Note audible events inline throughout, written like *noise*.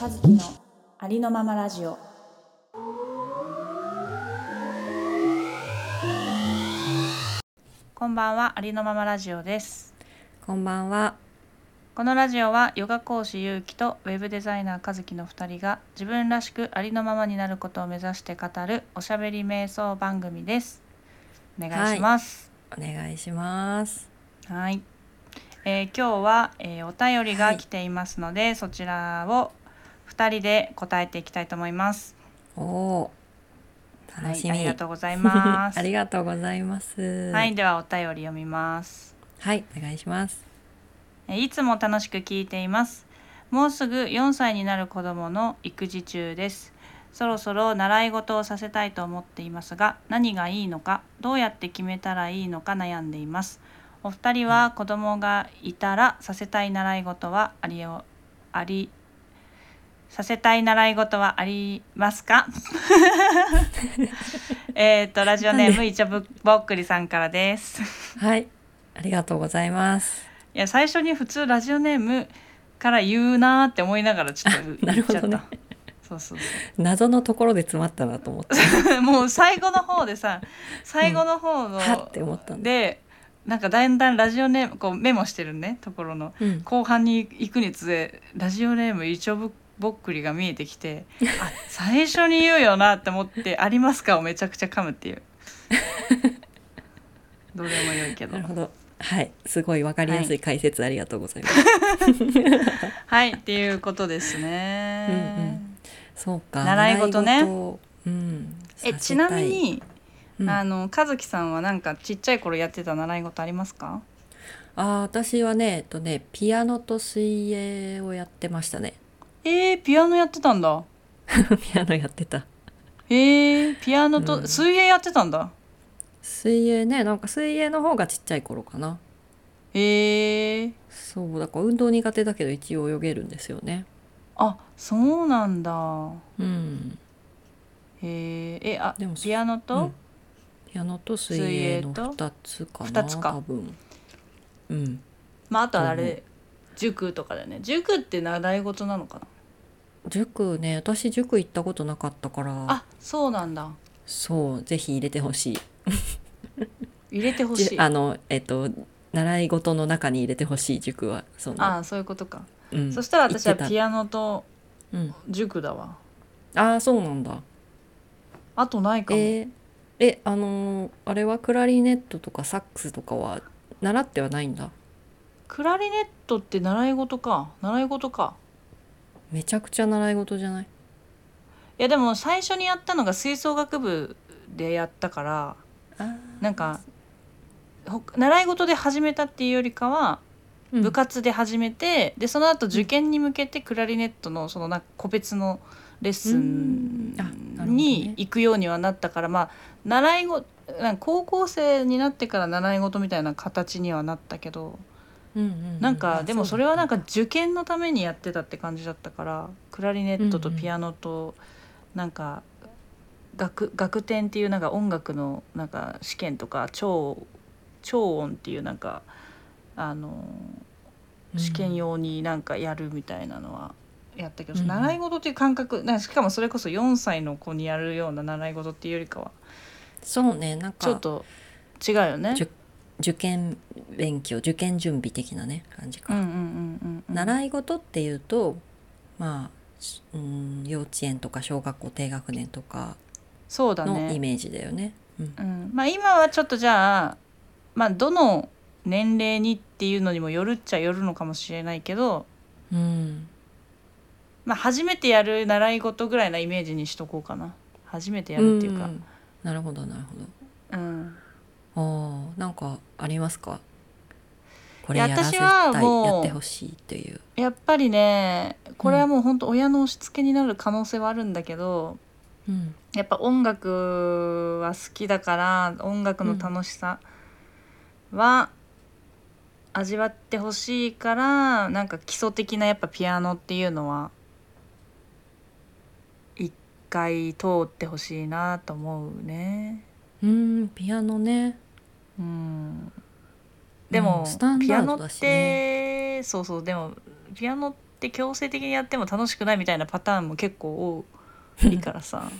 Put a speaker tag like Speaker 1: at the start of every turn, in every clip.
Speaker 1: 和樹のありのままラジオこんばんはありのままラジオです
Speaker 2: こんばんは。
Speaker 1: このラジオはヨガ講師ゆうきとウェブデザイナー和樹の2人が自分らしくありのままになることを目指して語るおしゃべり瞑想番組ですお願いします
Speaker 2: お願いします。
Speaker 1: はいえー今日は、えーお便り
Speaker 2: は
Speaker 1: が
Speaker 2: い
Speaker 1: 来ていますので、そちらを2人で答えていきたいと思います
Speaker 2: おおー。楽しみ、
Speaker 1: はい、ありがとうございます
Speaker 2: *laughs* ありがとうございます。
Speaker 1: はい、。ではお便り読みます
Speaker 2: はい、お願いします。
Speaker 1: えーいつも楽しく聞いていますもうすぐ4歳になる子供の育児中ですそろそろ習い事をさせたいと思っていますが何がいいのかどうやって決めたらいいのか悩んでいますお二人は子供がいたらさせたい習い事はありおありさせたい習い事はありますかえっとラジオネームいちょぶぼっくりさんからです
Speaker 2: はい、ありがとうございます。
Speaker 1: いや最初に普通ラジオネームから言うなーって思いながらちょっと
Speaker 2: *laughs* な
Speaker 1: 言
Speaker 2: る
Speaker 1: っちゃ
Speaker 2: ほ
Speaker 1: った、
Speaker 2: どね
Speaker 1: そうそう
Speaker 2: 謎のところで詰まったなと思って、
Speaker 1: そう *laughs* もう最後の方でさ最後の方の、
Speaker 2: はって思ったんで。
Speaker 1: でなんかだんだんラジオネームこうメモしてるねところの
Speaker 2: うん、
Speaker 1: 後半に行くにつれラジオネームイチョブぼっくりが見えてきてあ最初に言うよなって思って「ありますか?」をめちゃくちゃ噛むっていう
Speaker 2: *laughs*
Speaker 1: どれも良いけど
Speaker 2: なるほど。はい、すごいわかりやすい解説ありがとうござい
Speaker 1: *laughs*
Speaker 2: ます。
Speaker 1: はいっていうことですね。
Speaker 2: うんうんそうか。
Speaker 1: 習い事ね
Speaker 2: 習い事うん。
Speaker 1: え
Speaker 2: さ
Speaker 1: ち
Speaker 2: せた
Speaker 1: ないみ、に、
Speaker 2: うん
Speaker 1: あの和樹さんはなんかちっちゃい頃やってた習い事ありますか
Speaker 2: あー、私はね、えっとね、ピアノと水泳をやってましたね。 *laughs*
Speaker 1: えー、ピアノやってたんだ
Speaker 2: ピアノやってた。
Speaker 1: えー、ピアノと、
Speaker 2: うん
Speaker 1: 水泳やってたんだ
Speaker 2: 水泳ねなんか水泳の方がちっちゃい頃かな
Speaker 1: えー、
Speaker 2: そうだから運動苦手だけど一応泳げるんですよね
Speaker 1: あそうなんだ
Speaker 2: うん
Speaker 1: えー、えあ
Speaker 2: でもそ
Speaker 1: ピアノ
Speaker 2: う
Speaker 1: と
Speaker 2: ん、ピアノと水泳の
Speaker 1: 水泳と
Speaker 2: 2つかな
Speaker 1: 二つか
Speaker 2: 多分うん
Speaker 1: まああとはあ
Speaker 2: うんう
Speaker 1: れ塾とかだよね塾って習い事なのかな
Speaker 2: 塾ね私塾行ったことなかったから
Speaker 1: あそうなんだ
Speaker 2: そうぜひ入れてほしい
Speaker 1: 入れてほし
Speaker 2: じ
Speaker 1: い
Speaker 2: ゅあ
Speaker 1: あ
Speaker 2: のえっと習い事の中に入れてほしい塾はその
Speaker 1: あーそういうことか、
Speaker 2: うん、
Speaker 1: そしたら私は
Speaker 2: 行ってた
Speaker 1: ピアノと
Speaker 2: うん、
Speaker 1: 塾だわ
Speaker 2: ああそうなんだ
Speaker 1: あとないかも、
Speaker 2: えーえあのーあれはクラリネットとかサックスとかは習ってはないんだ
Speaker 1: クラリネットって習い事か習い事か
Speaker 2: めちゃくちゃ習い事じゃない
Speaker 1: いやでも最初にやったのが吹奏楽部でやったからなんかほ習い事で始めたっていうよりかは
Speaker 2: うん
Speaker 1: 部活で始めて、でその後受験に向けてクラリネットのそのなんか個別のレッスン
Speaker 2: うんあなるほどね
Speaker 1: に行くようにはなったから、まあ習い事なんか高校生になってから習い事みたいな形にはなったけど
Speaker 2: うんうんう
Speaker 1: なんかでもそれはなんか
Speaker 2: う
Speaker 1: 受験のためにやってたって感じだったからクラリネットとピアノとなんか楽楽天っていうなんか音楽のなんか試験とか超超音っていうなんかあの
Speaker 2: うん
Speaker 1: 試験用になんかやるみたいなのはやったけど、
Speaker 2: うんうん
Speaker 1: 習い事っていう感覚なんかしかもそれこそ4歳の子にやるような習い事っていうよりかは
Speaker 2: そうねなんか
Speaker 1: ちょっと違うよね。
Speaker 2: 受受験勉強受験準備的なね感じ
Speaker 1: うんうん
Speaker 2: か、
Speaker 1: うんうん、い
Speaker 2: 習い事っていうとまあしうん幼稚園とか小学校低学年とか
Speaker 1: そうだね
Speaker 2: のイメージだよねうん
Speaker 1: うんまあ、今はちょっとじゃあ、まあ、どの年齢にっていうのにもよるっちゃよるのかもしれないけど、
Speaker 2: うん
Speaker 1: まあ、初めてやる習い事ぐらいなイメージにしとこうかな初めてやるっていうか、
Speaker 2: んなるほどなるほど
Speaker 1: うん
Speaker 2: あーなんかありますかこ
Speaker 1: い
Speaker 2: れ
Speaker 1: や
Speaker 2: やらせ
Speaker 1: 私は
Speaker 2: たい
Speaker 1: もう
Speaker 2: やってほしいという
Speaker 1: やっぱりねこれはもう本当親の押し付けになる可能性はあるんだけど、
Speaker 2: うん
Speaker 1: やっぱ音楽は好きだから音楽の楽しさは味わってほしいから、なんか基礎的なやっぱピアノっていうのは一回通ってほしいなと思うね。
Speaker 2: うんピアノね
Speaker 1: うん、でも、
Speaker 2: うんスタン
Speaker 1: ピア
Speaker 2: ダー
Speaker 1: ノ
Speaker 2: ド
Speaker 1: っ
Speaker 2: だして
Speaker 1: そうそうでもピアノっって強制的にやっても楽しくないみたいなパターンも結構多いから
Speaker 2: *laughs*
Speaker 1: さ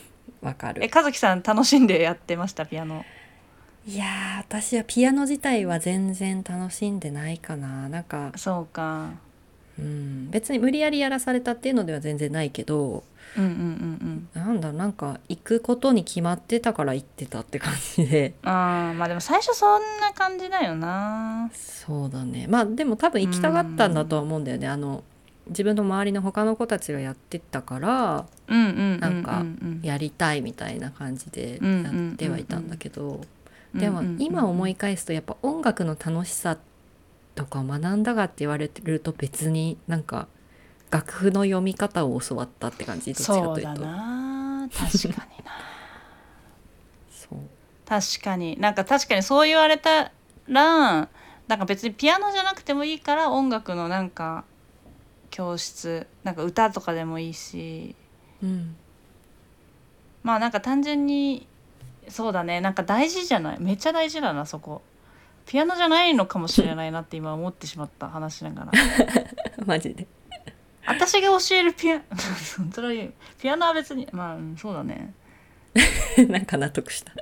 Speaker 2: わかる
Speaker 1: え和樹さん楽しんでやってましたピアノ
Speaker 2: いやー私はピアノ自体は全然楽しんでないかななんか、
Speaker 1: そうか
Speaker 2: うん、別に無理やりやらされたっていうのでは全然ないけど
Speaker 1: うんうんうん
Speaker 2: なんだろうなんか行くことに決まってたから行ってたって感じで
Speaker 1: うんあーまあでも最初そんな感じだよな
Speaker 2: そうだねまあでも多分行きたかったんだとは思うんだよねあの自分の周りの他の子たちがやってたから
Speaker 1: うんうんうんうん
Speaker 2: なんか
Speaker 1: うん
Speaker 2: やりたいみたいな感じで
Speaker 1: うん
Speaker 2: やってはいたんだけど、
Speaker 1: うん
Speaker 2: でも
Speaker 1: うんうん
Speaker 2: 今思い返すとやっぱ音楽の楽しさとかを学んだがって言われてると別になんか楽譜の読み方を教わったって感じどっちか
Speaker 1: そ
Speaker 2: と
Speaker 1: う
Speaker 2: いうと
Speaker 1: だな確かにな *laughs*
Speaker 2: そう
Speaker 1: 確かになんか確かにそう言われたらなんか別にピアノじゃなくてもいいから音楽のなんか教室なんか歌とかでもいいし
Speaker 2: うん *laughs*
Speaker 1: まあなんか単純にそうだねなんか大事じゃないめっちゃ大事だなそこピアノじゃないのかもしれないなって今思ってしまった話しな
Speaker 2: *laughs*
Speaker 1: がら
Speaker 2: マジで
Speaker 1: 私が教えるピア *laughs* それは言うピアノは別にまあうんそうだね
Speaker 2: なんか納得した
Speaker 1: い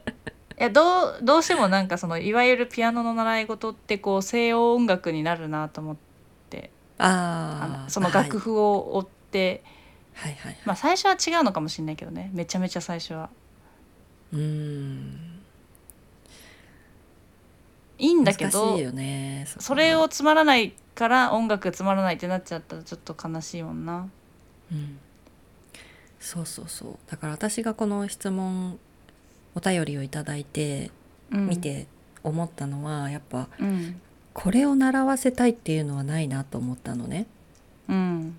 Speaker 1: やどうどうしてもなんかそのいわゆるピアノの習い事ってこう西洋音楽になるなと思ってあ
Speaker 2: あ
Speaker 1: の
Speaker 2: あ
Speaker 1: その楽譜を追って、
Speaker 2: はいはいはい、
Speaker 1: まあ最初は違うのかもしれないけどねめちゃめちゃ最初は
Speaker 2: うーん
Speaker 1: いいんだ
Speaker 2: 難
Speaker 1: け
Speaker 2: し
Speaker 1: ど
Speaker 2: いよねこは
Speaker 1: それをつまらないから音楽がつまらないってなっちゃったらちょっと悲しいもんな
Speaker 2: うんそうそうそうだから私がこの質問お便りをいただいて
Speaker 1: うん
Speaker 2: 見て思ったのは、やっぱ
Speaker 1: うん
Speaker 2: これを習わせたいっていうのはないなと思ったのね
Speaker 1: うん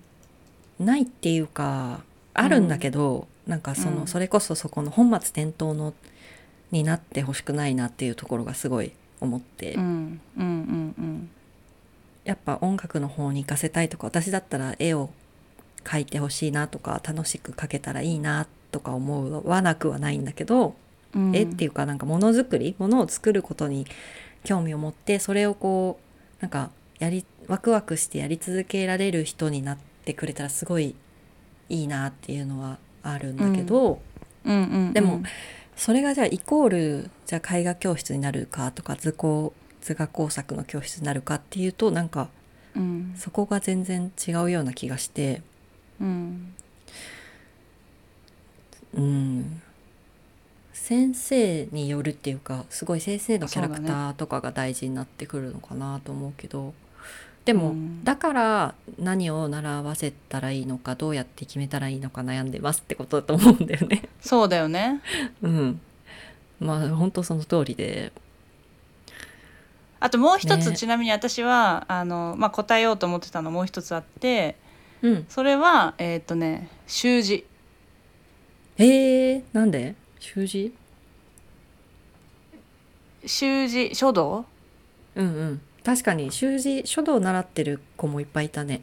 Speaker 2: ないっていうかあるんだけど、なんかその、
Speaker 1: うん
Speaker 2: それこそそこの本末転倒のになってほしくないなっていうところがすごい思って、
Speaker 1: うんうんうんうん
Speaker 2: やっぱ音楽の方に行かせたいとか私だったら絵を描いてほしいなとか楽しく描けたらいいなとか思うはなくはないんだけど、
Speaker 1: うん
Speaker 2: 絵っていうかなんかものづくりものを作ることに興味を持ってそれをこうなんかやりワクワクしてやり続けられる人になってくれたらすごいいいなっていうのはあるんだけど、
Speaker 1: うんうんうん
Speaker 2: でもそれがじゃあイコールじゃあ絵画教室になるかとか図工図画工作の教室になるかっていうとなんか
Speaker 1: うん
Speaker 2: そこが全然違うような気がして
Speaker 1: うん
Speaker 2: うん先生によるっていうかすごい先生のキャラク
Speaker 1: そうだ
Speaker 2: ターとかが大事になってくるのかなと思うけどでも、
Speaker 1: うん
Speaker 2: だから何を習わせたらいいのかどうやって決めたらいいのか悩んでますってことだと思うんだよね。 *laughs*
Speaker 1: そうだよね
Speaker 2: うん、まあ本当その通りで
Speaker 1: あともう一つ、
Speaker 2: ね
Speaker 1: ちなみに私はあの、まあ、答えようと思ってたのもう一つあって
Speaker 2: うん
Speaker 1: それはえーっ、とね習字
Speaker 2: へえなんで習字
Speaker 1: 習字書道
Speaker 2: うんうん確かに習字書道を習ってる子もいっぱいいたね。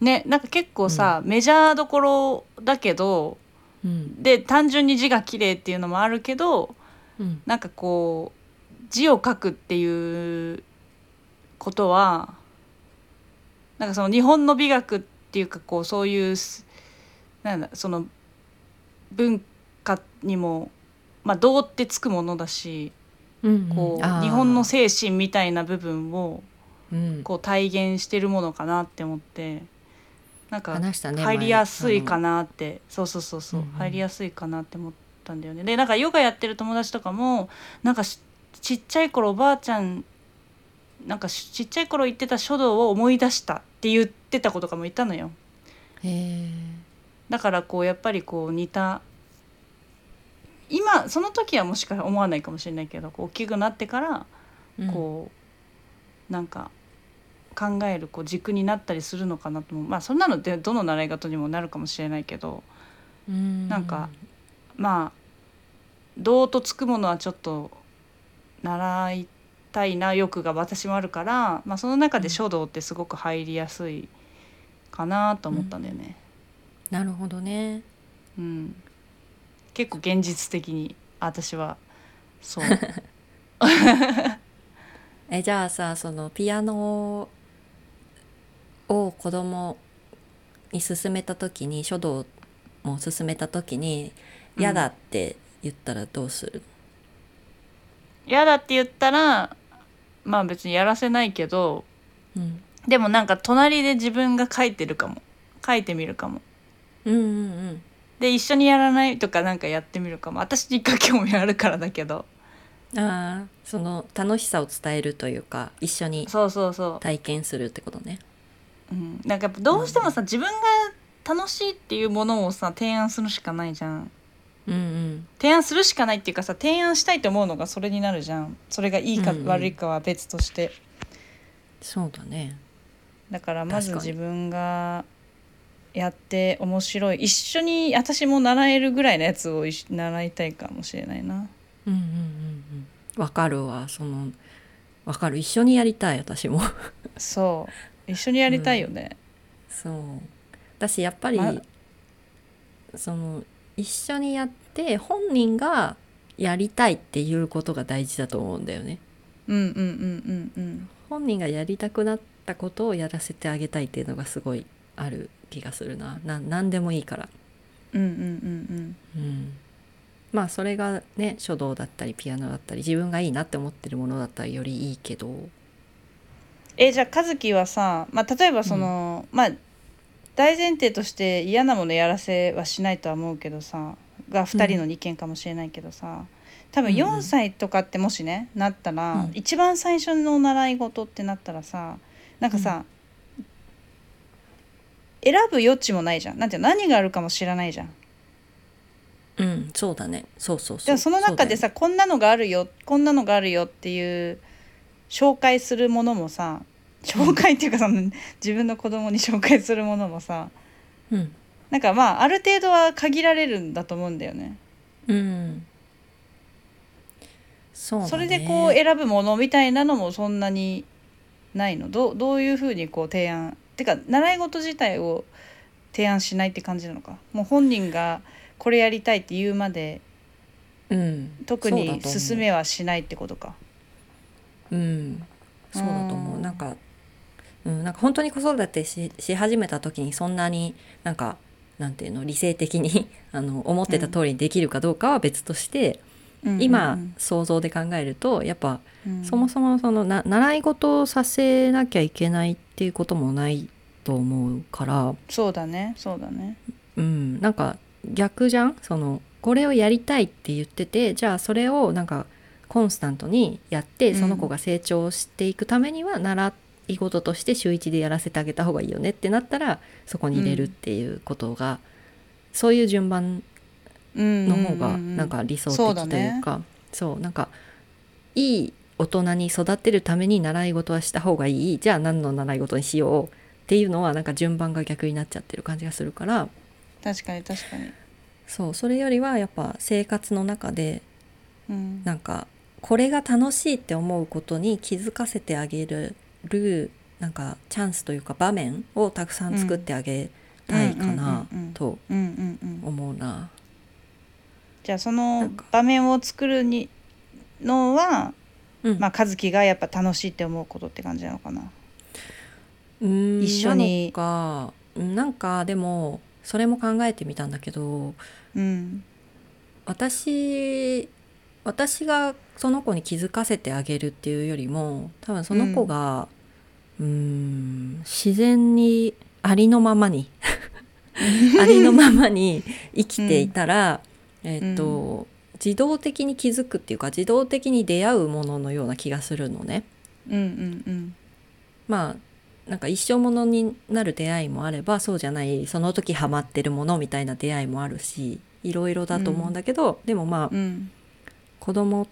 Speaker 1: ねなんか結構さ、メジャーどころだけど
Speaker 2: うん
Speaker 1: で単純に字が綺麗っていうのもあるけど
Speaker 2: うん
Speaker 1: なんかこう字を書くっていうことはなんかその日本の美学っていうかこうそういうすなんだその文化にも、まあ、道ってつくものだし
Speaker 2: うん
Speaker 1: こう、
Speaker 2: あー
Speaker 1: 日本の精神みたいな部分を
Speaker 2: うん
Speaker 1: こう体現してるものかなって思ってなんか
Speaker 2: 話したね
Speaker 1: 入りやすいか
Speaker 2: な
Speaker 1: なってそうそうそうそう、
Speaker 2: うんうん
Speaker 1: 入りやすいかなって思ったんだよねでなんかヨガやってる友達とかもなんかしちっちゃい頃おばあちゃんなんかしちっちゃい頃行ってた書道を思い出したって言ってた子とかもいたのよ
Speaker 2: へえ
Speaker 1: だからこうやっぱりこう似た今その時はもしか思わないかもしれないけどこう大きくなってからこうなんか考えるこう軸になったりするのかなともまあそんなのってどの習い事にもなるかもしれないけど
Speaker 2: うん、うん
Speaker 1: なんかまあ道とつくものはちょっと習いたいな欲が私もあるから、まあ、その中で書道ってすごく入りやすいかなと思ったんだよね。
Speaker 2: なるほどね
Speaker 1: うん結構現実的に私はそう *laughs*
Speaker 2: えじゃあさそのピアノを子供に進めた時に書道も進めた時に「嫌だ」って言ったらどうする、
Speaker 1: 嫌だって言ったらまあ別にやらせないけど
Speaker 2: うん、
Speaker 1: でもなんか隣で自分が書いてるかも書いてみるかも
Speaker 2: うんうんうん
Speaker 1: で一緒にやらないとかなんかやってみるかも私に書き興味あるからだけど
Speaker 2: ああその楽しさを伝えるというか一緒に
Speaker 1: そうそうそ
Speaker 2: 体験するってことね。
Speaker 1: う、うん、なんかやっぱどうしてもさ自分が楽しいっていうものをさ提案するしかないじゃん
Speaker 2: うんうん
Speaker 1: 提案するしかないっていうかさ提案したいと思うのがそれになるじゃんそれがいいか
Speaker 2: うんうん
Speaker 1: 悪いかは別として、
Speaker 2: そうだね。
Speaker 1: だからまず
Speaker 2: 確かに
Speaker 1: 自分がやって面白い一緒に私も習えるぐらいのやつを一緒習いたいかもしれないな
Speaker 2: うんうんうんうん。わかるわそのわかる一緒にやりたい私も。
Speaker 1: そう一緒にやりたいよね、
Speaker 2: そう私やっぱり、
Speaker 1: ま
Speaker 2: その一緒にやって本人がやりたいっていうことが大事だと思うんだよね。
Speaker 1: うん、うんうんうんうん
Speaker 2: 本人がやりたくなったことをやらせてあげたいっていうのがすごいある気がするな。な何でもいいから。
Speaker 1: うんうんうんうん
Speaker 2: うん、まあそれがね書道だったりピアノだったり自分がいいなって思ってるものだったらよりいいけど。
Speaker 1: えじゃあ和樹はさ、まあ、例えばその、まあ大前提として嫌なものやらせはしないとは思うけどさが2人の意見かもしれないけどさ、多分
Speaker 2: うんうん
Speaker 1: 4歳とかってもしねなったら、
Speaker 2: うん
Speaker 1: 一番最初の習い事ってなったらさなんかさ、選ぶ余地もないじゃんなんていうの何があるかも知らないじゃん。
Speaker 2: うん、そうだね。そうそうそう。
Speaker 1: でもその中でさ、こんなのがあるよこんなのがあるよっていう紹介するものもさ紹介っていうかその自分の子供に紹介するものもさ
Speaker 2: そうだよね、
Speaker 1: なんかまあある程度は限られるんだと思うんだよね。
Speaker 2: うん、うん、そうだね。
Speaker 1: それでこう選ぶものみたいなのもそんなにないのどうどういうふうにこう提案てか習い事自体を提案しないって感じなのかもう本人がこれやりたいって言うまで
Speaker 2: うん、
Speaker 1: 特に
Speaker 2: そうだと思う
Speaker 1: 進めはしないってことか。
Speaker 2: うん、そうだと思う。
Speaker 1: うん
Speaker 2: なんか、うん、なんか本当に子育てしし始めた時にそんなになんかなんていうの理性的に *laughs* あの思ってた通りにできるかどうかは別として、今想像で考えるとやっぱ、そも
Speaker 1: そ
Speaker 2: そもそのな習い事をさせなきゃいけないっていうこともないと思うから、
Speaker 1: そうだねそうだね。
Speaker 2: うん、なんか逆じゃんそのこれをやりたいって言っててじゃあそれをなんかコンスタントにやって
Speaker 1: うん
Speaker 2: その子が成長していくためには習い事として週1でやらせてあげた方がいいよねってなったらそこに入れるっていうことが、そういう順番
Speaker 1: の
Speaker 2: の方がなんか理想
Speaker 1: そうだ
Speaker 2: 的という
Speaker 1: ね
Speaker 2: か、そうなんかいい大人に育てるために習い事はした方がいいじゃあ何の習い事にしようっていうのはなんか順番が逆になっちゃってる感じがするから
Speaker 1: 確かに確かに。
Speaker 2: そうそれよりはやっぱ生活の中で
Speaker 1: うん
Speaker 2: なんかこれが楽しいって思うことに気づかせてあげるなんかチャンスというか場面をたくさん作ってあげたいかな
Speaker 1: うんうんうんうん
Speaker 2: と
Speaker 1: うんうんうん
Speaker 2: 思うな。
Speaker 1: じゃあそ
Speaker 2: な
Speaker 1: の
Speaker 2: んか
Speaker 1: 場面を作るにのは、
Speaker 2: うん
Speaker 1: まあ、和樹がやっぱ楽しいって思うことって感じなのかな。
Speaker 2: 一
Speaker 1: 一緒に
Speaker 2: かうんなんかでもそれも考えてみたんだけど
Speaker 1: うん、
Speaker 2: 私私がその子に気づかせてあげるっていうよりも多分その子が、うーん、自然にありのまま *laughs* にありのままに生きていたら、えっと、自動的に気づくっていうか自動的に出会うもののような気がするのね。
Speaker 1: うんうんうん
Speaker 2: まあなんか一生ものになる出会いもあればそうじゃないその時ハマってるものみたいな出会いもあるしいろいろだと思うんだけど、でもまあ、
Speaker 1: うん
Speaker 2: 子供っ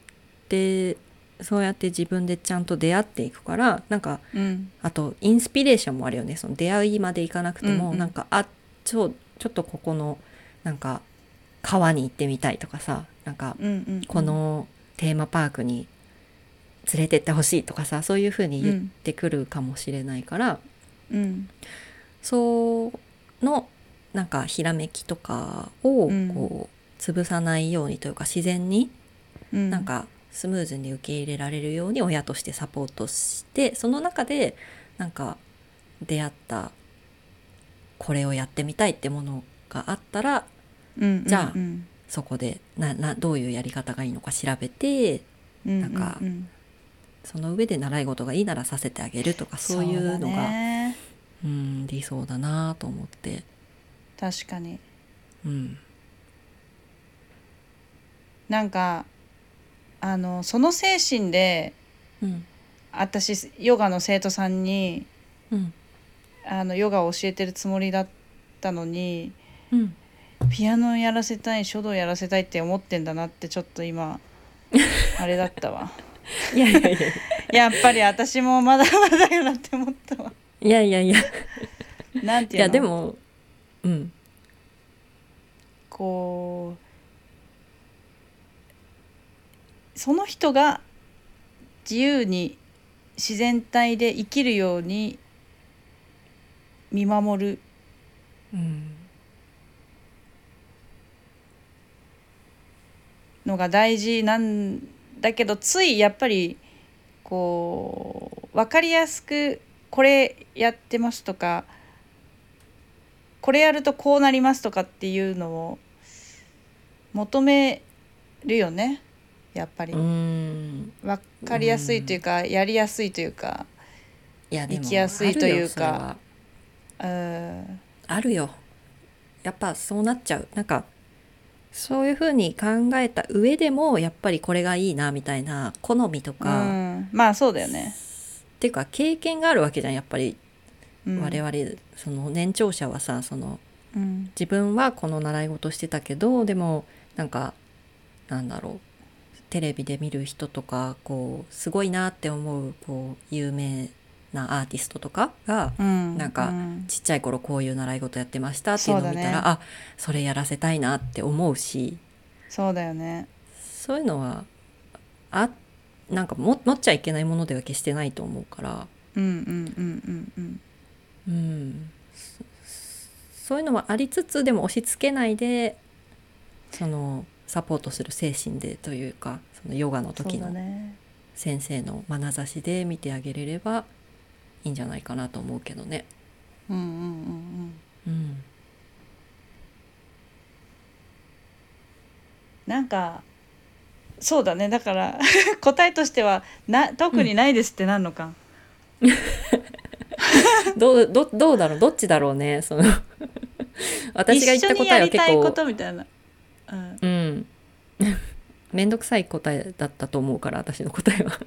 Speaker 2: てそうやって自分でちゃんと出会っていくからなんか
Speaker 1: うん
Speaker 2: あとインスピレーションもあるよねその出会いまでいかなくても、
Speaker 1: うんうん
Speaker 2: なんかあちょちょっとここのなんか川に行ってみたいとかさなんか
Speaker 1: うんうん
Speaker 2: このテーマパークに連れてってほしいとかさそういうふうに言ってくるかもしれないから、
Speaker 1: うん
Speaker 2: そのなんかひらめきとかを
Speaker 1: うん
Speaker 2: こう潰さないようにというか自然に
Speaker 1: うん
Speaker 2: なんかスムーズに受け入れられるように親としてサポートしてその中でなんか出会ったこれをやってみたいってものがあったら
Speaker 1: うん
Speaker 2: じゃあ
Speaker 1: うん
Speaker 2: そこでななどういうやり方がいいのか調べて
Speaker 1: うん、
Speaker 2: なんか
Speaker 1: うううん
Speaker 2: その上で習い事がいいならさせてあげるとかそういうの
Speaker 1: そう
Speaker 2: が
Speaker 1: だね
Speaker 2: うん理想だなと思って、
Speaker 1: 確かに
Speaker 2: うん、
Speaker 1: なんかあのその精神で
Speaker 2: うん
Speaker 1: 私ヨガの生徒さんに
Speaker 2: うん
Speaker 1: あのヨガを教えてるつもりだったのに
Speaker 2: うん
Speaker 1: ピアノやらせたい書道やらせたいって思ってんだなってちょっと
Speaker 2: *laughs*
Speaker 1: 今あれだったわ
Speaker 2: いやい *laughs* やいや
Speaker 1: やっぱり私もまだまだやなって思ったわ
Speaker 2: いやいやいや
Speaker 1: なんて
Speaker 2: い
Speaker 1: いうの
Speaker 2: やでもうん
Speaker 1: こうその人が自由に自然体で生きるように見守る
Speaker 2: うん
Speaker 1: のが大事なんだけどついやっぱりこう分かりやすくこれやってますとかこれやるとこうなりますとかっていうのを求めるよねやっぱり
Speaker 2: う。ん
Speaker 1: 分かりやすいというか、やりやすいというか
Speaker 2: いやでも
Speaker 1: 生きやすいというか
Speaker 2: あるよそれは
Speaker 1: うん
Speaker 2: あるよやっぱそうなっちゃうなんかそういうふうに考えた上でもやっぱりこれがいいなみたいな好みと
Speaker 1: う
Speaker 2: か、っ
Speaker 1: んまあそうだよね。
Speaker 2: ていうか経験があるわけじゃんやっぱり
Speaker 1: うん
Speaker 2: 我々、その年長者はさその
Speaker 1: うん
Speaker 2: 自分はこの習い事してたけどでもなんかなんだろうテレビで見る人とかこうすごいなって思うこう有名なアーティストとかが
Speaker 1: うん、
Speaker 2: なんか
Speaker 1: うん
Speaker 2: ちっちゃい頃こういう習い事やってましたっていうのを見たら、
Speaker 1: そうだね
Speaker 2: あそれやらせたいなって思うし
Speaker 1: そうだよね。
Speaker 2: そういうのはあなんかも持っちゃいけないものでは決してないと思うから、
Speaker 1: うんうんうんうんうん
Speaker 2: うん、そそういうのはありつつでも押し付けないでそのサポートする精神でというかそのヨガの
Speaker 1: そ
Speaker 2: 時
Speaker 1: うだ
Speaker 2: の
Speaker 1: ね。
Speaker 2: 先生の眼差しで見てあげれればいいんじゃないかなと思うけどね。
Speaker 1: うんうんうんうん。
Speaker 2: うん、
Speaker 1: なんかそうだねだから *laughs* 答えとしてはな特にないですってなんのか。
Speaker 2: どうどどうだろうどっちだろうねその *laughs* 私が言っ
Speaker 1: 一緒
Speaker 2: た答えは結
Speaker 1: にやりたいこ
Speaker 2: 構
Speaker 1: とみたいな。うん、
Speaker 2: うん *laughs* 面倒くさい答えだったと思うから私の答えは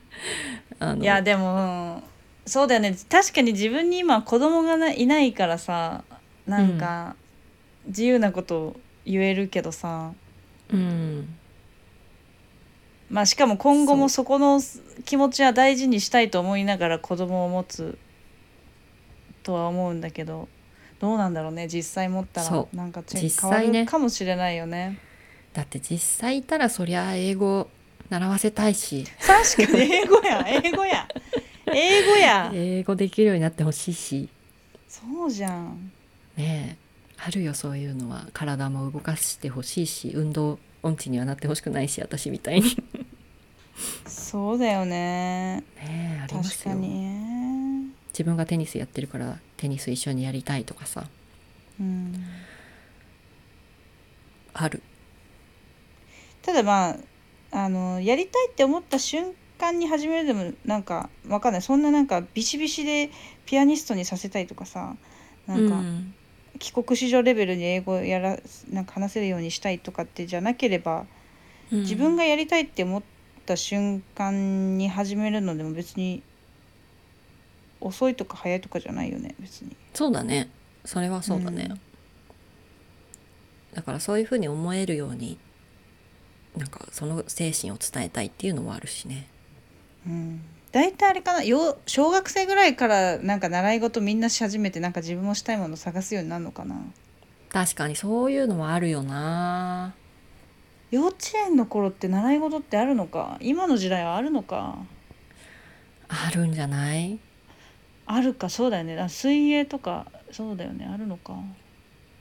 Speaker 2: *laughs* あの
Speaker 1: いやでも、うんそうだよね確かに自分に今子供がないないからさなんか自由なことを言えるけどさ、
Speaker 2: うん
Speaker 1: まあしかも今後も
Speaker 2: そ
Speaker 1: そこの気持ちは大事にしたいと思いながら子供を持つとは思うんだけどどうなんだろうね実際持ったら
Speaker 2: そ
Speaker 1: なんかち
Speaker 2: 実
Speaker 1: 変わ
Speaker 2: 際ね
Speaker 1: るかもしれないよね。
Speaker 2: だって実際いたらそりゃ英語習わせたいし
Speaker 1: 確かに英語や英語や英語や
Speaker 2: 英語できるようになってほしいし
Speaker 1: そうじゃん
Speaker 2: ねえあるよそういうのは体も動かしてほしいし運動音痴にはなってほしくないし私みたいに *laughs* ね
Speaker 1: そうだよね
Speaker 2: えありま
Speaker 1: 確
Speaker 2: す
Speaker 1: か
Speaker 2: よ
Speaker 1: に
Speaker 2: 自分がテニスやってるからテニス一緒にやりたいとかさ
Speaker 1: うん
Speaker 2: ある
Speaker 1: ただまああのやりたいって思った瞬間に始めるでもなんかわかんないそんななんかビシビシでピアニストにさせたいとかさなんか
Speaker 2: うん
Speaker 1: 帰国子女レベルに英語やらなんか話せるようにしたいとかってじゃなければ
Speaker 2: うん
Speaker 1: 自分がやりたいって思った瞬間に始めるのでも別に遅いとか早いとかじゃないよね別に。
Speaker 2: そうだねそれはそうだね、
Speaker 1: う
Speaker 2: だからそういうふうに思えるようになんかその精神を伝えたいっていうのはあるしね
Speaker 1: うん大体あれかなよ小学生ぐらいからなんか習い事みんなし始めてなんか自分もしたいもの探すようになるのかな
Speaker 2: 確かにそういうのはあるよな
Speaker 1: 幼稚園の頃って習い事ってあるのか今の時代はあるのか
Speaker 2: あるんじゃない
Speaker 1: あるかそうだよねあ水泳とかそうだよねあるのか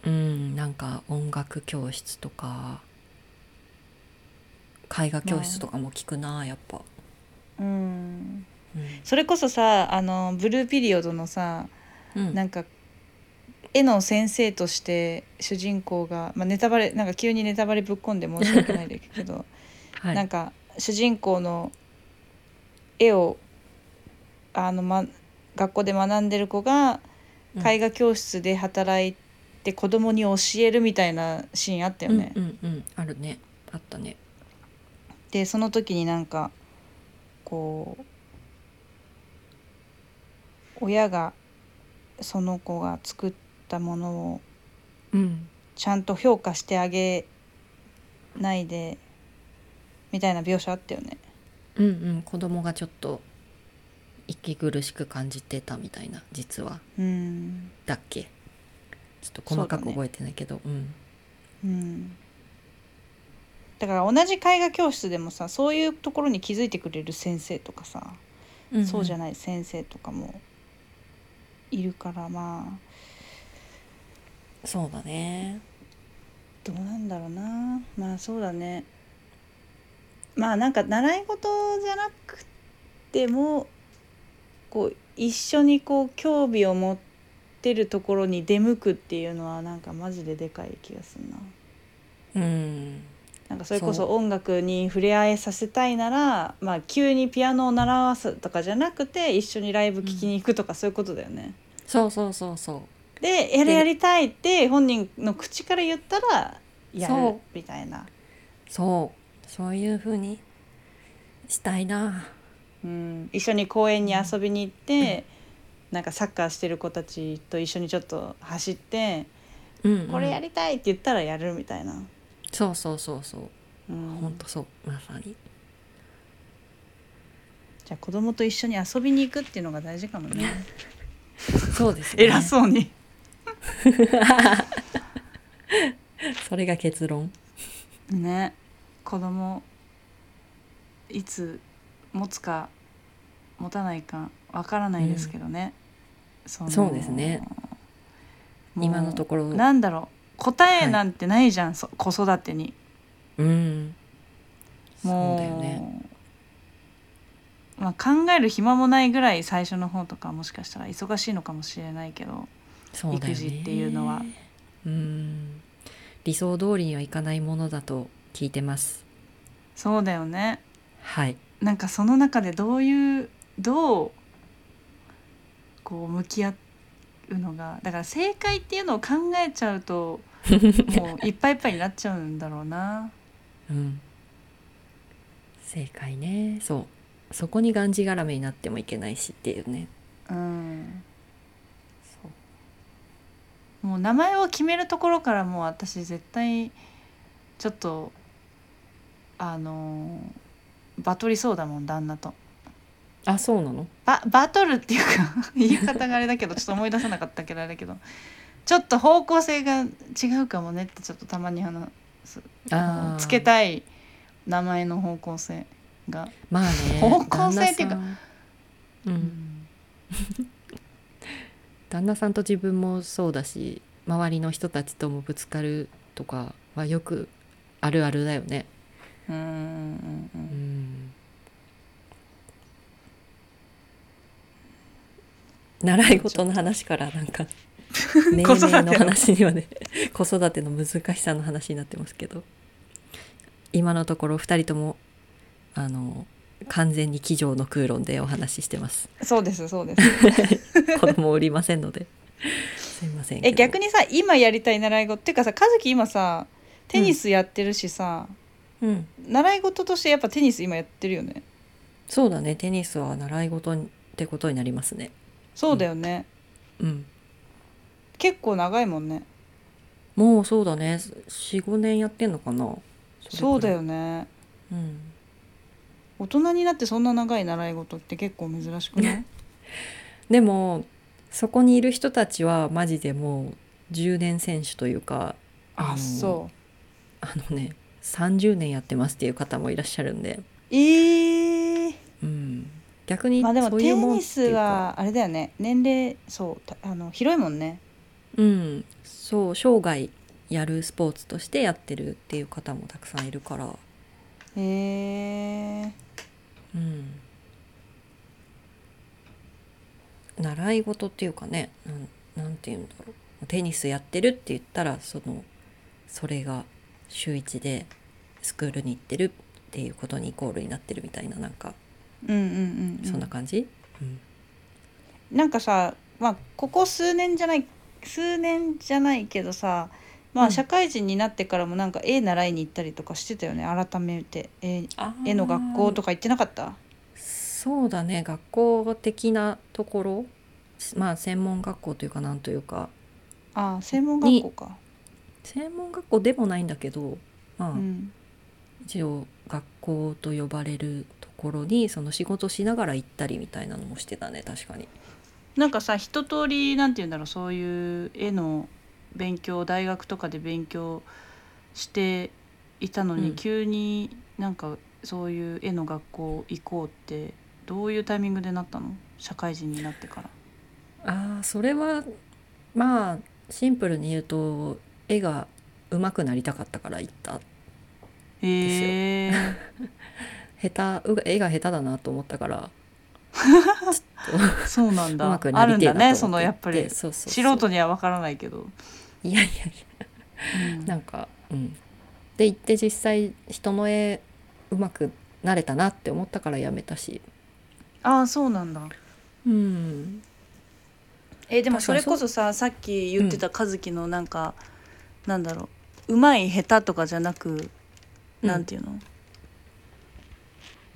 Speaker 2: うんなんか音楽教室とか絵画教室とかも聞くなやっぱ、
Speaker 1: うん
Speaker 2: うん
Speaker 1: それこそさあのブルーピリオドのさ
Speaker 2: うん
Speaker 1: なんか絵の先生として主人公が、まあ、ネタバレなんか急にネタバレぶっこんで申し訳ないですけど、
Speaker 2: はい、
Speaker 1: なんか主人公の絵をあの、ま、学校で学んでる子が
Speaker 2: うん
Speaker 1: 絵画教室で働いて子供に教えるみたいなシーンあったよね。
Speaker 2: うんうんうん、あるねあったね
Speaker 1: でその時になんかこう親がその子が作ったものを
Speaker 2: うん
Speaker 1: ちゃんと評価してあげないでみたいな描写あったよね。
Speaker 2: うんうん子供がちょっと息苦しく感じてたみたいな実は
Speaker 1: うん
Speaker 2: だっけちょっと細か
Speaker 1: そうだ
Speaker 2: く
Speaker 1: ね
Speaker 2: 覚えてないけどう,、
Speaker 1: うん、だから同じ絵画教室でもさそういうところに気づいてくれる先生とかさ、
Speaker 2: ん、ん
Speaker 1: そうじゃ
Speaker 2: い
Speaker 1: ない先生とかもいるからまあ
Speaker 2: そうだね
Speaker 1: どうなんだろうなまあそうだねまあなんか習い事じゃなくてもこう一緒にこう興味を持ってるところに出向くっていうのはなんかマジででかい気がするな。
Speaker 2: うん
Speaker 1: なんかそれこ
Speaker 2: そ
Speaker 1: そ音楽に触れ合えさせたいなら、まあ、急にピアノを習わすとかじゃなくて一緒にライブ聴きに行くとかそういうことだよね。
Speaker 2: そうそうそうそ
Speaker 1: でやる
Speaker 2: で
Speaker 1: やりたいって本人の口から言ったらや
Speaker 2: そう
Speaker 1: るみたいな。
Speaker 2: うそうそういうふうにしたいな
Speaker 1: うん、一緒に公園に遊びに行って、なんかサッカーしてる子たちと一緒にちょっと走って、
Speaker 2: うん、うん、
Speaker 1: これやりたいって言ったらやるみたいな、
Speaker 2: そうそうそうそう
Speaker 1: うん、
Speaker 2: ほんとそうまさに
Speaker 1: じゃあ子供と一緒に遊びに行くっていうのが大事かも
Speaker 2: *laughs*
Speaker 1: ね
Speaker 2: そうですね
Speaker 1: 偉そうに
Speaker 2: それが結論
Speaker 1: ね子供いつ持つか持たないかわからないですけどね、その
Speaker 2: そうですね
Speaker 1: もう
Speaker 2: 今のところ
Speaker 1: なんだろう答えなんてないじゃん、そ子育てに
Speaker 2: うん
Speaker 1: もう
Speaker 2: そうだよね
Speaker 1: まあ、考える暇もないぐらい最初の方とかもしかしたら忙しいのかもしれないけど
Speaker 2: そうだよね
Speaker 1: 育児っていうのは
Speaker 2: うん理想通りにはいかないものだと聞いてます
Speaker 1: そうだよね
Speaker 2: はい
Speaker 1: なんかその中でどういうどうこう向き合うのがだから正解っていうのを考えちゃうともういっぱいいっぱいになっちゃうんだろうな。
Speaker 2: うん正解ねそうそこにがんじがらめになってもいけないしっていうね
Speaker 1: うん
Speaker 2: そう
Speaker 1: もう名前を決めるところからもう私絶対ちょっとあのーバトりそうだもん旦那と
Speaker 2: あそうなの
Speaker 1: ババトルっていうか *laughs* 言い方があれだけどちょっと思い出さなかったけどあれだけどちょっと方向性が違うかもねってちょっとたまに話す
Speaker 2: あー
Speaker 1: つけたい名前の方向性が、
Speaker 2: まあね
Speaker 1: 方向性っていうか
Speaker 2: 旦那さんうん旦那さんと自分もそうだし周りの人たちともぶつかるとかはよくあるあるだよね
Speaker 1: うんうんう
Speaker 2: うんん習い事の話からな
Speaker 1: *laughs*
Speaker 2: んか年
Speaker 1: 子育て
Speaker 2: 齢
Speaker 1: の
Speaker 2: の話にはね子育ての難しさの話になってますけど今のところ2人ともあの完全に机上の空論でお話しして
Speaker 1: *laughs*
Speaker 2: ます
Speaker 1: うんそうですそうです
Speaker 2: 子供を売りませんのですいませんけ
Speaker 1: え
Speaker 2: ど
Speaker 1: 逆にさ今やりたい習い事っていうかさ和樹今さテニスやってるしさ、
Speaker 2: うん
Speaker 1: 習い事としてやっぱテニス今やってるよね
Speaker 2: そうだねテニスは習い事にってことになりますね
Speaker 1: そうだよね、
Speaker 2: うん
Speaker 1: 結構長いもんね
Speaker 2: もうそうだね45年やってんのかなれくらい
Speaker 1: そうだよね
Speaker 2: うん
Speaker 1: 大人になってそんな長い習い事って結構珍しくない
Speaker 2: でもそこにいる人たちはマジでもう10年選手というか
Speaker 1: あ
Speaker 2: の
Speaker 1: そう
Speaker 2: あのね30年やってますっていう方もいらっしゃるんで、
Speaker 1: ええ
Speaker 2: うん、逆に
Speaker 1: まあでも
Speaker 2: そうい
Speaker 1: テ
Speaker 2: うもん
Speaker 1: ニ
Speaker 2: っ
Speaker 1: ス
Speaker 2: ていうか
Speaker 1: はあれだよね年齢そうたあの広いもんね
Speaker 2: うん、そう生涯やるスポーツとしてやってるっていう方もたくさんいるから、
Speaker 1: へえ
Speaker 2: うん、習い事っていうかねなんなんて言うんだろうテニスやってるって言ったらそのそれが週一でスクールに行ってるっていうことにイコールになってるみたいななんか
Speaker 1: うんうんうん
Speaker 2: そんな感じ、うん
Speaker 1: なんかさまあここ数年じゃない数年じゃないけどさま
Speaker 2: う
Speaker 1: あ
Speaker 2: ん
Speaker 1: 社会人になってからもなんか絵習いに行ったりとかしてたよね改めて絵
Speaker 2: あー
Speaker 1: 絵の学校とか行ってなかった
Speaker 2: そうだね学校的なところまあ専門学校というかなんというか
Speaker 1: ああ専門学校か、
Speaker 2: 専門学校でもないんだけどまあ、
Speaker 1: うん、
Speaker 2: 一応学校と呼ばれるところにその仕事しながら行ったりみたいなのもしてたね確かに。
Speaker 1: なんかさ一通りなんて言うんだろうそういう絵の勉強大学とかで勉強していたのに、
Speaker 2: うん
Speaker 1: 急になんかそういう絵の学校行こうってどういうタイミングでなったの社会人になってから。
Speaker 2: ああそれはまあシンプルに言うと絵が上手くなりたかったから行った
Speaker 1: へえー、
Speaker 2: *laughs* 下手う絵が下手だなと思ったから
Speaker 1: そうなんだ。
Speaker 2: 上手く
Speaker 1: あ
Speaker 2: な
Speaker 1: る
Speaker 2: り
Speaker 1: ん
Speaker 2: てえ
Speaker 1: だね、
Speaker 2: なと
Speaker 1: そ
Speaker 2: 思
Speaker 1: の
Speaker 2: って
Speaker 1: や
Speaker 2: 行
Speaker 1: っぱ
Speaker 2: っ
Speaker 1: り
Speaker 2: て。そうそうそう
Speaker 1: 素人にはわからないけど。
Speaker 2: いやいやいや
Speaker 1: うん
Speaker 2: なんかうんで行って実際人の絵上手くなれたなって思ったからやめたし
Speaker 1: ああ、そうなんだ。
Speaker 2: うん
Speaker 1: えでも
Speaker 2: 確
Speaker 1: そ
Speaker 2: かに
Speaker 1: れこそささっき言ってた和樹のなんか、なんだろううまい下手とかじゃなく、
Speaker 2: うん
Speaker 1: なんていうの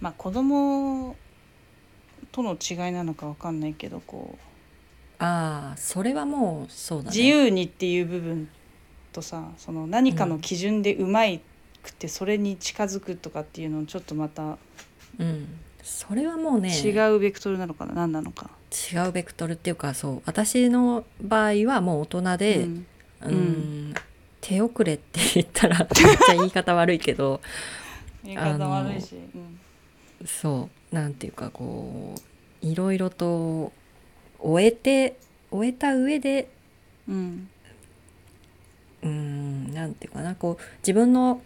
Speaker 1: まあ子供との違いなのかわかんないけどこ
Speaker 2: ああそれはもうそう
Speaker 1: う
Speaker 2: だね
Speaker 1: 自由にっていう部分とさその何かの基準でうまいくてそれに近づくとかっていうのちょっとまた
Speaker 2: うんそれはもうね
Speaker 1: 違うベクトルなのかな何なのか。
Speaker 2: 違うベクトルっていうかそう私の場合はもう大人で、
Speaker 1: うん
Speaker 2: うんん手遅れって言っ
Speaker 1: *laughs*
Speaker 2: たらめっちゃ言い方悪いけど
Speaker 1: 言い方悪いし、うん
Speaker 2: そうなんていうかこういろいろと終えて終えた上で
Speaker 1: うん
Speaker 2: うんなんていうかなこう自分の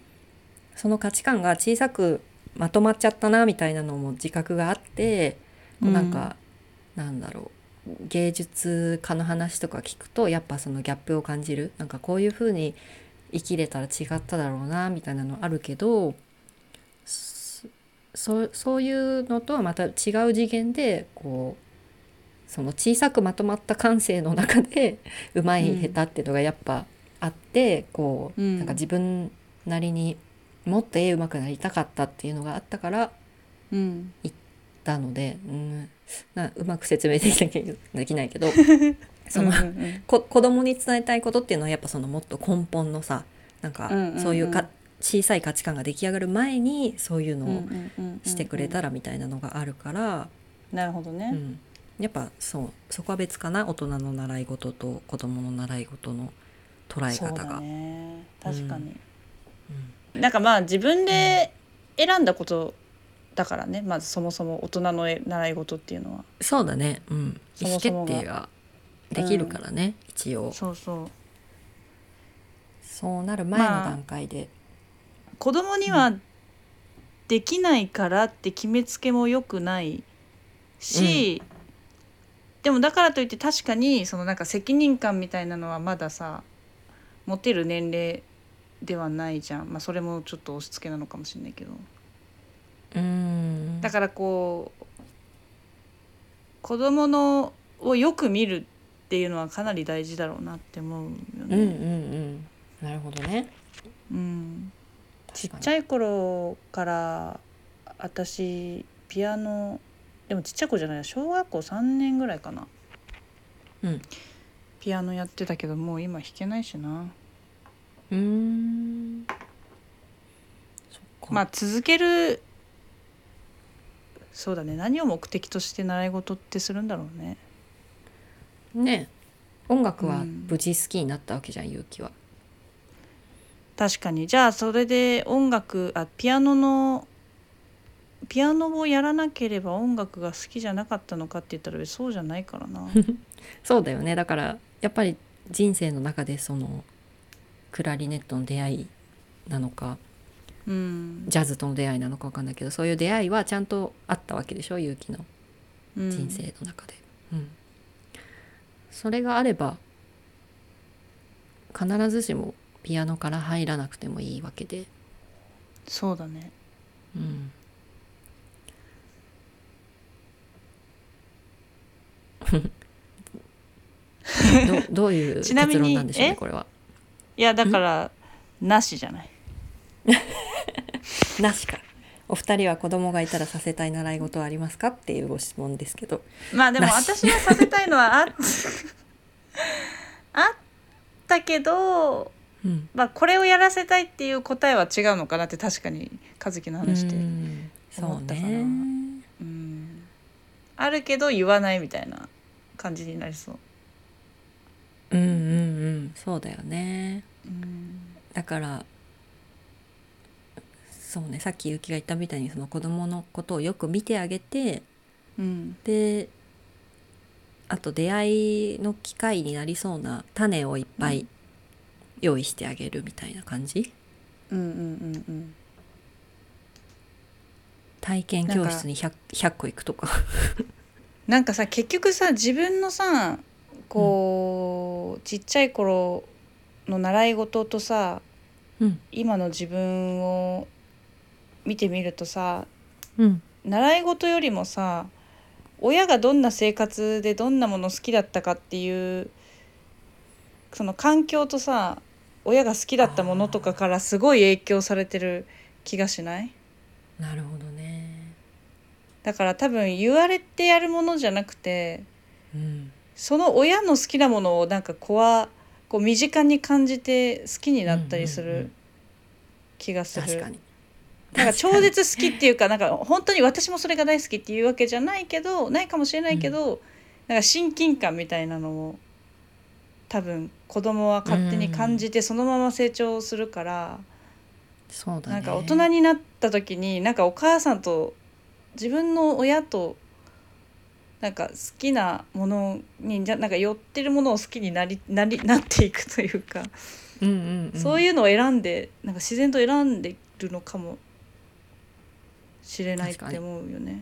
Speaker 2: その価値観が小さくまとまっちゃったなみたいなのも自覚があって、こう
Speaker 1: うん
Speaker 2: なんかなんだろう芸術家の話とか聞くとやっぱそのギャップを感じるなんかこういう風に生きれたら違っただろうなみたいなのあるけどそそそういうのとはまた違う次元でこうその小さくまとまった感性の中でうまい
Speaker 1: うん
Speaker 2: 下手っていうのがやっぱあって、こう
Speaker 1: うん
Speaker 2: なんか自分なりにもっと絵うまくなりたかったっていうのがあったから
Speaker 1: うん
Speaker 2: なので、うん、なうまく説明できなきゃできな
Speaker 1: *laughs*
Speaker 2: いけどその、
Speaker 1: うんうんうん
Speaker 2: こ子供に伝えたいことっていうのはやっぱそのもっと根本のさなんか
Speaker 1: うんうんうん
Speaker 2: そういうか、小さい価値観が出来上がる前にそう *laughs* いうのをしてくれた
Speaker 1: ら、
Speaker 2: らみたいなのがあるから、
Speaker 1: なるほど
Speaker 2: うん
Speaker 1: ね、
Speaker 2: やっぱそうそこは別かな大人の習い事と子供の習い事の捉え
Speaker 1: そう
Speaker 2: 方
Speaker 1: だ
Speaker 2: が。
Speaker 1: ね
Speaker 2: うん
Speaker 1: 確かに、
Speaker 2: うん
Speaker 1: なんかまあ自分で選んだことだからねまずそもそも大人の習い事っていうのは
Speaker 2: そうだね、うん、意
Speaker 1: そ
Speaker 2: 思
Speaker 1: も
Speaker 2: 決
Speaker 1: そもが
Speaker 2: 定ができるからね、一応
Speaker 1: そうそう
Speaker 2: そうなる前の
Speaker 1: まあ
Speaker 2: 段階で、
Speaker 1: 子供にはできないからって決めつけも良くないし、でもだからといって確かにそのなんか責任感みたいなのはまださ持てる年齢ではないじゃん、まあ、それもちょっと押し付けなのかもしれないけど。
Speaker 2: うん
Speaker 1: だからこう子供のをよく見るっていうのはかなり大事だろうなって思うよ
Speaker 2: うんうんう
Speaker 1: ね。
Speaker 2: んなるほどね
Speaker 1: うん、
Speaker 2: ちっ
Speaker 1: ちっちゃい頃から私ピアノでもちっちゃい子じゃないな小学校3年ぐらいかな
Speaker 2: うん
Speaker 1: ピアノやってたけどもう今弾けないしな。
Speaker 2: うーんそっか
Speaker 1: まあ続けるそうだね何を目的として習い事ってするんだろうね。
Speaker 2: ね音楽は
Speaker 1: うん
Speaker 2: 無事好きになったわけじゃん勇気は
Speaker 1: 確かにじゃあそれで音楽あピアノのピアノをやらなければ音楽が好きじゃなかったのかって言ったらそうじゃないからな
Speaker 2: そうだよねだからやっぱり人生の中でそのクラリネットの出会いなのか
Speaker 1: うん
Speaker 2: ジャズとの出会いなのかわかんないけどそういう出会いはちゃんとあったわけでしょ勇気の
Speaker 1: うん
Speaker 2: 人生の中で、うんそれがあれば必ずしもピアノから入らなくてもいいわけで、
Speaker 1: そうだね
Speaker 2: うん、ど *laughs* どういう
Speaker 1: ちなみ
Speaker 2: 結
Speaker 1: に
Speaker 2: 論なんでしょうね
Speaker 1: え
Speaker 2: これはい
Speaker 1: やだからなしじゃない
Speaker 2: なしかお二人は子供がいたらさせたい習い事はありますかっていうご質問ですけど
Speaker 1: まあでも
Speaker 2: なし
Speaker 1: 私がさせたいのはあっあったけど、
Speaker 2: うん
Speaker 1: まあ、これをやらせたいっていう答えは違うのかなって確かに和樹の話で、うん
Speaker 2: うんそ
Speaker 1: 思っ
Speaker 2: う
Speaker 1: たかな
Speaker 2: ね
Speaker 1: あるけど言わないみたいな感じになりそう。
Speaker 2: うんうんうんそうだよね
Speaker 1: うん
Speaker 2: だからそうねさっきゆきが言ったみたいにその子供のことをよく見てあげて
Speaker 1: うん
Speaker 2: であと出会いの機会になりそうな種をいっぱ
Speaker 1: う
Speaker 2: い用意してあげるみたいな感じ、
Speaker 1: うんうんうん
Speaker 2: 体験教室に 100, 100個行くとか
Speaker 1: *laughs* なんかさ結局さ自分のさこう、ちっちゃい頃の習い事とさ
Speaker 2: うん
Speaker 1: 今の自分を見てみるとさ
Speaker 2: うん
Speaker 1: 習い事よりもさ親がどんな生活でどんなもの好きだったかっていうその環境とさ親が好きだったものとかからすごい影響されてる気がしない
Speaker 2: なるほどね
Speaker 1: だから多分言われてやるものじゃなくて
Speaker 2: うん
Speaker 1: その親の好きなものをなんか子はこう身近に感じて好きになったりす
Speaker 2: うんうんう
Speaker 1: る
Speaker 2: ん
Speaker 1: 気がする。
Speaker 2: 確かに
Speaker 1: なんか超絶好きって
Speaker 2: *laughs*
Speaker 1: いうかなんか本当に私もそれが大好きっていうわけじゃないけどないかもしれないけど、なんか親近感みたいなのを多分子供は勝手に感じてそのまま成長するから、
Speaker 2: そうだね
Speaker 1: なんか大人になった時になんかお母さんと自分の親となんか好きなものにじゃなんか寄ってるものを好きになりなりなっていくというか、
Speaker 2: うんうんうん、
Speaker 1: そういうのを選んでなんか自然と選んでるのかもしれないっ
Speaker 2: 確かに
Speaker 1: て思うよね。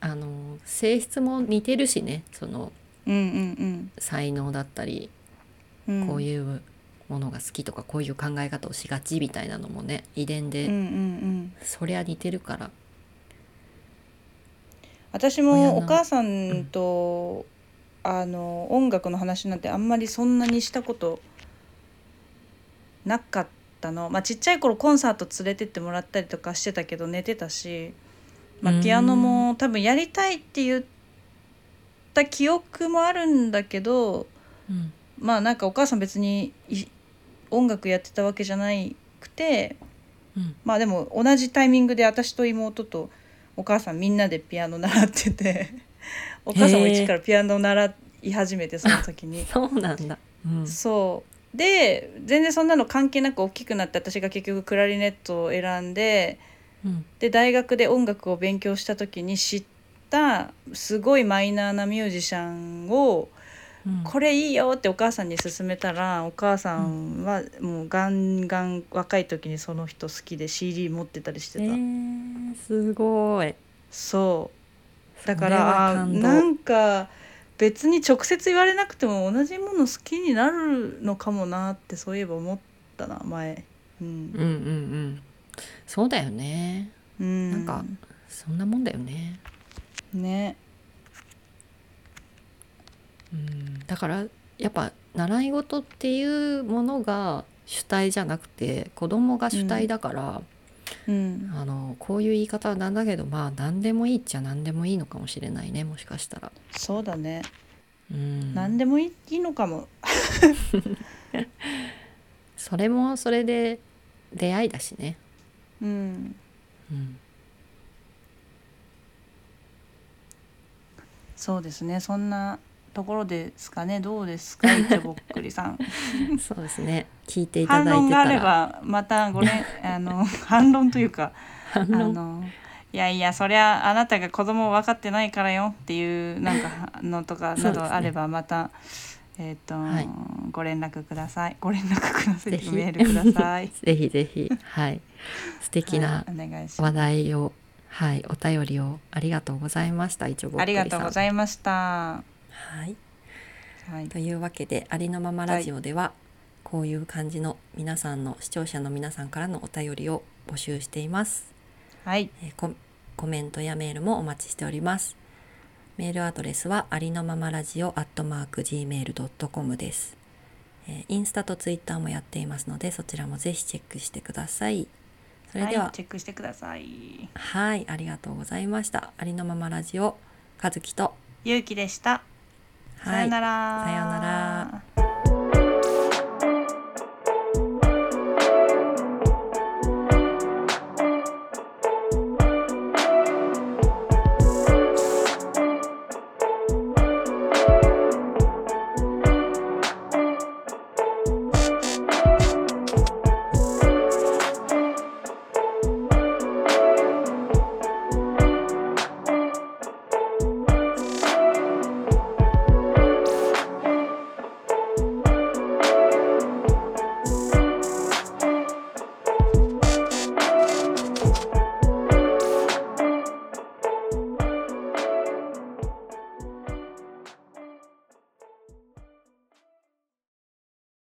Speaker 2: あの性質も似てるしねその
Speaker 1: うんうん
Speaker 2: 才能だったり
Speaker 1: うん。
Speaker 2: こう
Speaker 1: う
Speaker 2: いうものが好きとかこういう考え方をしがちみたいなのもね遺伝で、
Speaker 1: ん。うんうんうん。
Speaker 2: そりゃ似てるから
Speaker 1: 私
Speaker 2: 親の
Speaker 1: もお母さんと、あの音楽の話なんてあんまりそんなにしたことなかったの、まあ、ちっちゃい頃コンサート連れてってもらったりとかしてたけど寝てたし、ま
Speaker 2: う
Speaker 1: あ、
Speaker 2: ん
Speaker 1: ピアノも多分やりたいって言った記憶もあるんだけど
Speaker 2: うん
Speaker 1: まあなんかお母さん別にい音楽やってたわけじゃなくて
Speaker 2: うん
Speaker 1: まあでも同じタイミングで私と妹とお母さんみんなでピアノ習っててお母さんも一からピアノ習い始めてその時に
Speaker 2: *laughs* そうなんだ、うん、
Speaker 1: そうで全然そんなの関係なく大きくなって私が結局クラリネットを選んで
Speaker 2: うん
Speaker 1: で大学で音楽を勉強した時に知ったすごいマイナーなミュージシャンを
Speaker 2: うん
Speaker 1: これいいよってお母さんに勧めたらお母さんはもうガンガン若い時にその人好きで CD 持ってたりしてた。
Speaker 2: えーすごい
Speaker 1: そうだか
Speaker 2: それは
Speaker 1: らあ
Speaker 2: 感動
Speaker 1: なんか別に直接言われなくても同じもの好きになるのかもなってそういえば思ったな前、う
Speaker 2: う
Speaker 1: ん
Speaker 2: んうんうんそうだよね
Speaker 1: うん、
Speaker 2: なんかそんなもんだよね、
Speaker 1: ね
Speaker 2: うん、だからやっぱ習い事っていうものが主体じゃなくて子供が主体だから、
Speaker 1: うん
Speaker 2: あのこういう言い方はなんだけどまあ何でもいいっちゃ何でもいいのかもしれないねもしかしたら。
Speaker 1: そうだね、
Speaker 2: うん、
Speaker 1: 何でもいいいいのかも
Speaker 2: それもそれで出会いだしね。
Speaker 1: うん
Speaker 2: うん、
Speaker 1: *laughs* そうですねそんなところですかねどうですかいちょぼっくりさん
Speaker 2: そうですね聞い *laughs* ていた
Speaker 1: 反
Speaker 2: だい
Speaker 1: 論
Speaker 2: て
Speaker 1: が
Speaker 2: た
Speaker 1: あれ
Speaker 2: ら
Speaker 1: ばまたごねあの *laughs* 反論というか
Speaker 2: 反
Speaker 1: あ
Speaker 2: 論
Speaker 1: のいやいやそりゃあなたが子供を分かってないからよっていうなんかのとか
Speaker 2: *laughs* そ
Speaker 1: な
Speaker 2: うで
Speaker 1: ど
Speaker 2: すね
Speaker 1: あればまた、えっ、と、
Speaker 2: はい
Speaker 1: ご連絡くださいご連絡ください
Speaker 2: ぜひ
Speaker 1: メールく
Speaker 2: *laughs*
Speaker 1: ださい
Speaker 2: ぜひぜひはい素敵な
Speaker 1: はいお願いしま
Speaker 2: 話題をはいお便りをありがとうございました一応
Speaker 1: すありがとうご
Speaker 2: い
Speaker 1: ざいました
Speaker 2: ます。はい
Speaker 1: さはい
Speaker 2: というわけで「ありのままラジオ」では、こういう感じの皆さんの視聴者の皆さんからのお便りを募集しています、
Speaker 1: はい
Speaker 2: えーココメントやメールもお待ちしておりますメールアドレスはありのままラジオ gmail.com です、えーインスタとツイッターもやっていますのでそちらもぜひチェックしてくださいそれでは
Speaker 1: はい、チェックしてください
Speaker 2: はい、ありがとうございました。ありのままラジオ、和樹と。
Speaker 1: ゆうきでした、さよなら
Speaker 2: さよなら